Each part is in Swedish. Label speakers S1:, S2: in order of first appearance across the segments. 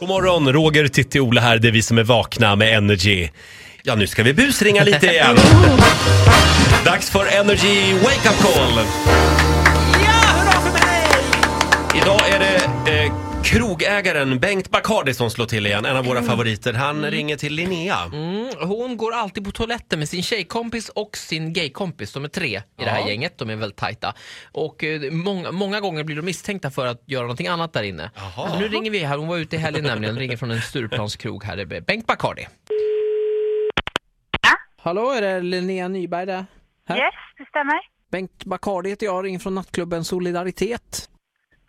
S1: God morgon, Roger, Titti, Ola här. Det är vi som är vakna med Energy. Ja, nu ska vi busringa lite igen. Dags för Energy Wake Up Call. Idag är det eh, krogägaren Bengt Bacardi som slår till igen, en av
S2: Mm.
S1: våra favoriter. Han ringer till Linnea.
S3: Mm, Hon går alltid på toaletten med sin tjejkompis och sin gaykompis. De är tre i det här
S1: Ja.
S3: gänget. De är väldigt tajta. Och eh, många, många gånger blir de misstänkta för att göra någonting annat där inne.
S1: Jaha.
S3: Så nu ringer vi här. Hon var ute i helgen nämligen. ringer från en Stureplanskrog här. Det är Bengt Bacardi.
S4: Hallå, är det Linnea Nyberg där? Här?
S5: Yes, det stämmer.
S4: Bengt Bacardi heter jag, ringer från nattklubben Solidaritet.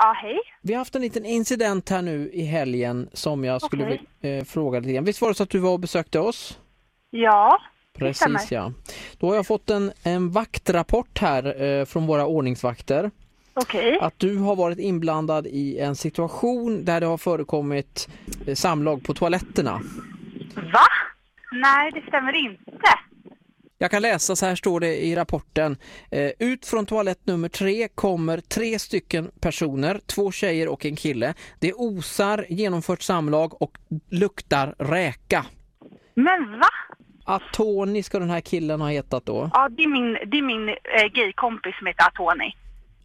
S5: Ja, hej.
S4: Vi har haft en liten incident här nu i helgen som jag skulle
S5: Okej.
S4: vilja eh, fråga lite grann. Visst var det så att du var och besökte oss?
S5: Ja, stämmer.
S4: Precis ja. Då har jag fått en, en vaktrapport här eh, från våra ordningsvakter.
S5: okej.
S4: Att du har varit inblandad i en situation där det har förekommit eh, samlag på toaletterna.
S5: Va? Nej, det stämmer inte.
S4: Jag kan läsa, så här står det i rapporten. Eh, ut från toalett nummer tre kommer tre stycken personer, två tjejer och en kille. Det osar genomfört samlag och luktar räka.
S5: Men va?
S4: Atoni ska den här killen ha hetat då.
S5: Ja, det är min, det är min eh, gaykompis som heter Tony.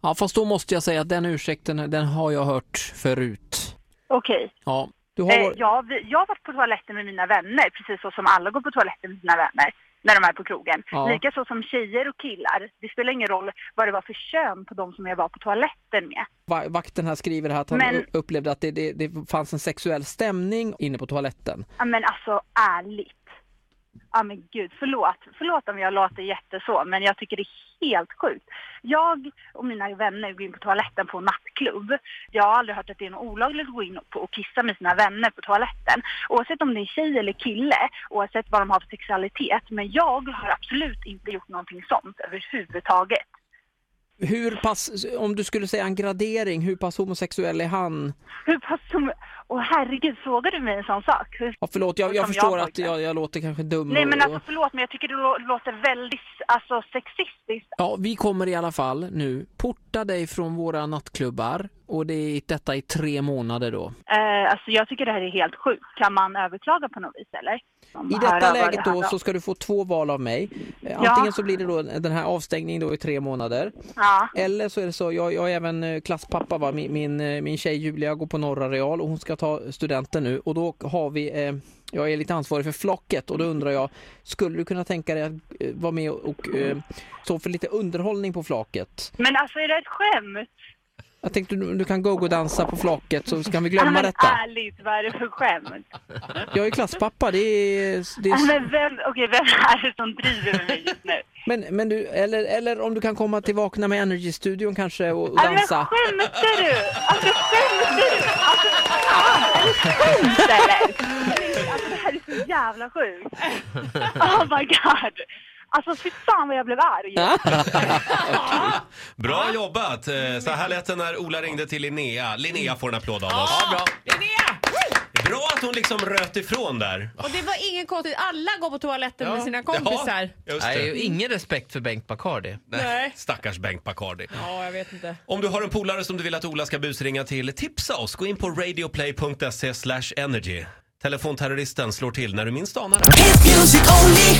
S4: Ja, fast då måste jag säga att den ursäkten, den har jag hört förut.
S5: Okej.
S4: Ja, du har
S5: Eh,
S4: varit...
S5: ja, vi- jag har varit på toaletten med mina vänner, precis så som alla går på toaletten med sina vänner när de är på krogen.
S4: Ja.
S5: Likaså som tjejer och killar. Det spelar ingen roll vad det var för kön på de som jag var på toaletten med.
S4: va- Vakten här skriver här att han
S5: Men-
S4: u- upplevde att det, det, det fanns en sexuell stämning inne på toaletten.
S5: Ja, men alltså ärligt. Ja men gud, förlåt. Förlåt om jag låter jätteså, men jag tycker det är helt sjukt. Jag och mina vänner går in på toaletten på en nattklubb. Jag har aldrig hört att det är något olagligt att gå in på och kissa med sina vänner på toaletten. Oavsett om det är tjej eller kille, oavsett vad de har för sexualitet. Men jag har absolut inte gjort någonting sånt överhuvudtaget.
S4: Hur pass, om du skulle säga en gradering, hur pass homosexuell är han?
S5: Hur pass som... Åh herregud, frågar du mig en sån sak? Hur...
S4: Ja, förlåt, jag, jag
S5: Som
S4: förstår
S5: jag
S4: att jag, jag låter kanske dum.
S5: Nej
S4: och-
S5: men alltså
S4: och-
S5: förlåt, men jag tycker det lå- låter väldigt alltså, sexistiskt
S4: Ja, vi kommer i alla fall nu porta dig från våra nattklubbar och det är detta i tre månader då.
S5: Eh, alltså jag tycker det här är helt sjukt. Kan man överklaga på något vis eller? Om
S4: I
S5: man hör
S4: detta
S5: över
S4: läget
S5: det här
S4: då så ska du få två val av mig. Eh,
S5: Ja.
S4: Antingen så blir det då den här avstängningen då i tre månader.
S5: Ja,
S4: Eller så är det så, jag, jag är även eh, klasspappa va, min, min, eh, min tjej Julia går på Norra Real och hon ska ta studenten nu och då har vi, eh, jag är lite ansvarig för flocket och då undrar jag, skulle du kunna tänka dig att eh, vara med och, och eh, stå för lite underhållning på flaket?
S5: men alltså är det ett skämt?
S4: Jag tänkte du, du kan gå och dansa på flaket så kan vi
S5: Ja,
S4: glömma
S5: men
S4: detta.
S5: ärligt, vad är det för skämt?
S4: Jag är klasspappa, det är... Det
S5: Ja,
S4: är
S5: men vem, okej, vem är det som driver med mig just nu?
S4: men, men du, eller, eller om du kan komma till Vakna med Energy-studion kanske och och
S5: Ja, men
S4: dansa.
S5: skämtar du? Alltså skämtar du? Alltså, fan, är det skämt eller? Alltså det här är så jävla sjukt. Oh my god. Alltså fy fan vad jag blev arg.
S1: Bra jobbat! Eh, Så här lät det när Ola ringde till Linnea. Linnea får en applåd av oss.
S3: Ja, bra.
S2: Linnea!
S1: Bra att hon liksom röt ifrån där.
S2: Och det var ingen konstigt. Alla går på toaletten med sina kompisar.
S1: Ja, just
S3: Nej,
S1: det.
S3: ingen respekt för Bengt Bacardi.
S1: Nej.
S2: Nej.
S1: Stackars Bengt Bacardi.
S2: Ja, jag vet inte.
S1: Om du har en polare som du vill att Ola ska busringa till, tipsa oss. Gå in på radioplay.se slash energy. Telefonterroristen slår till när du minst anar det.
S6: Hit music only.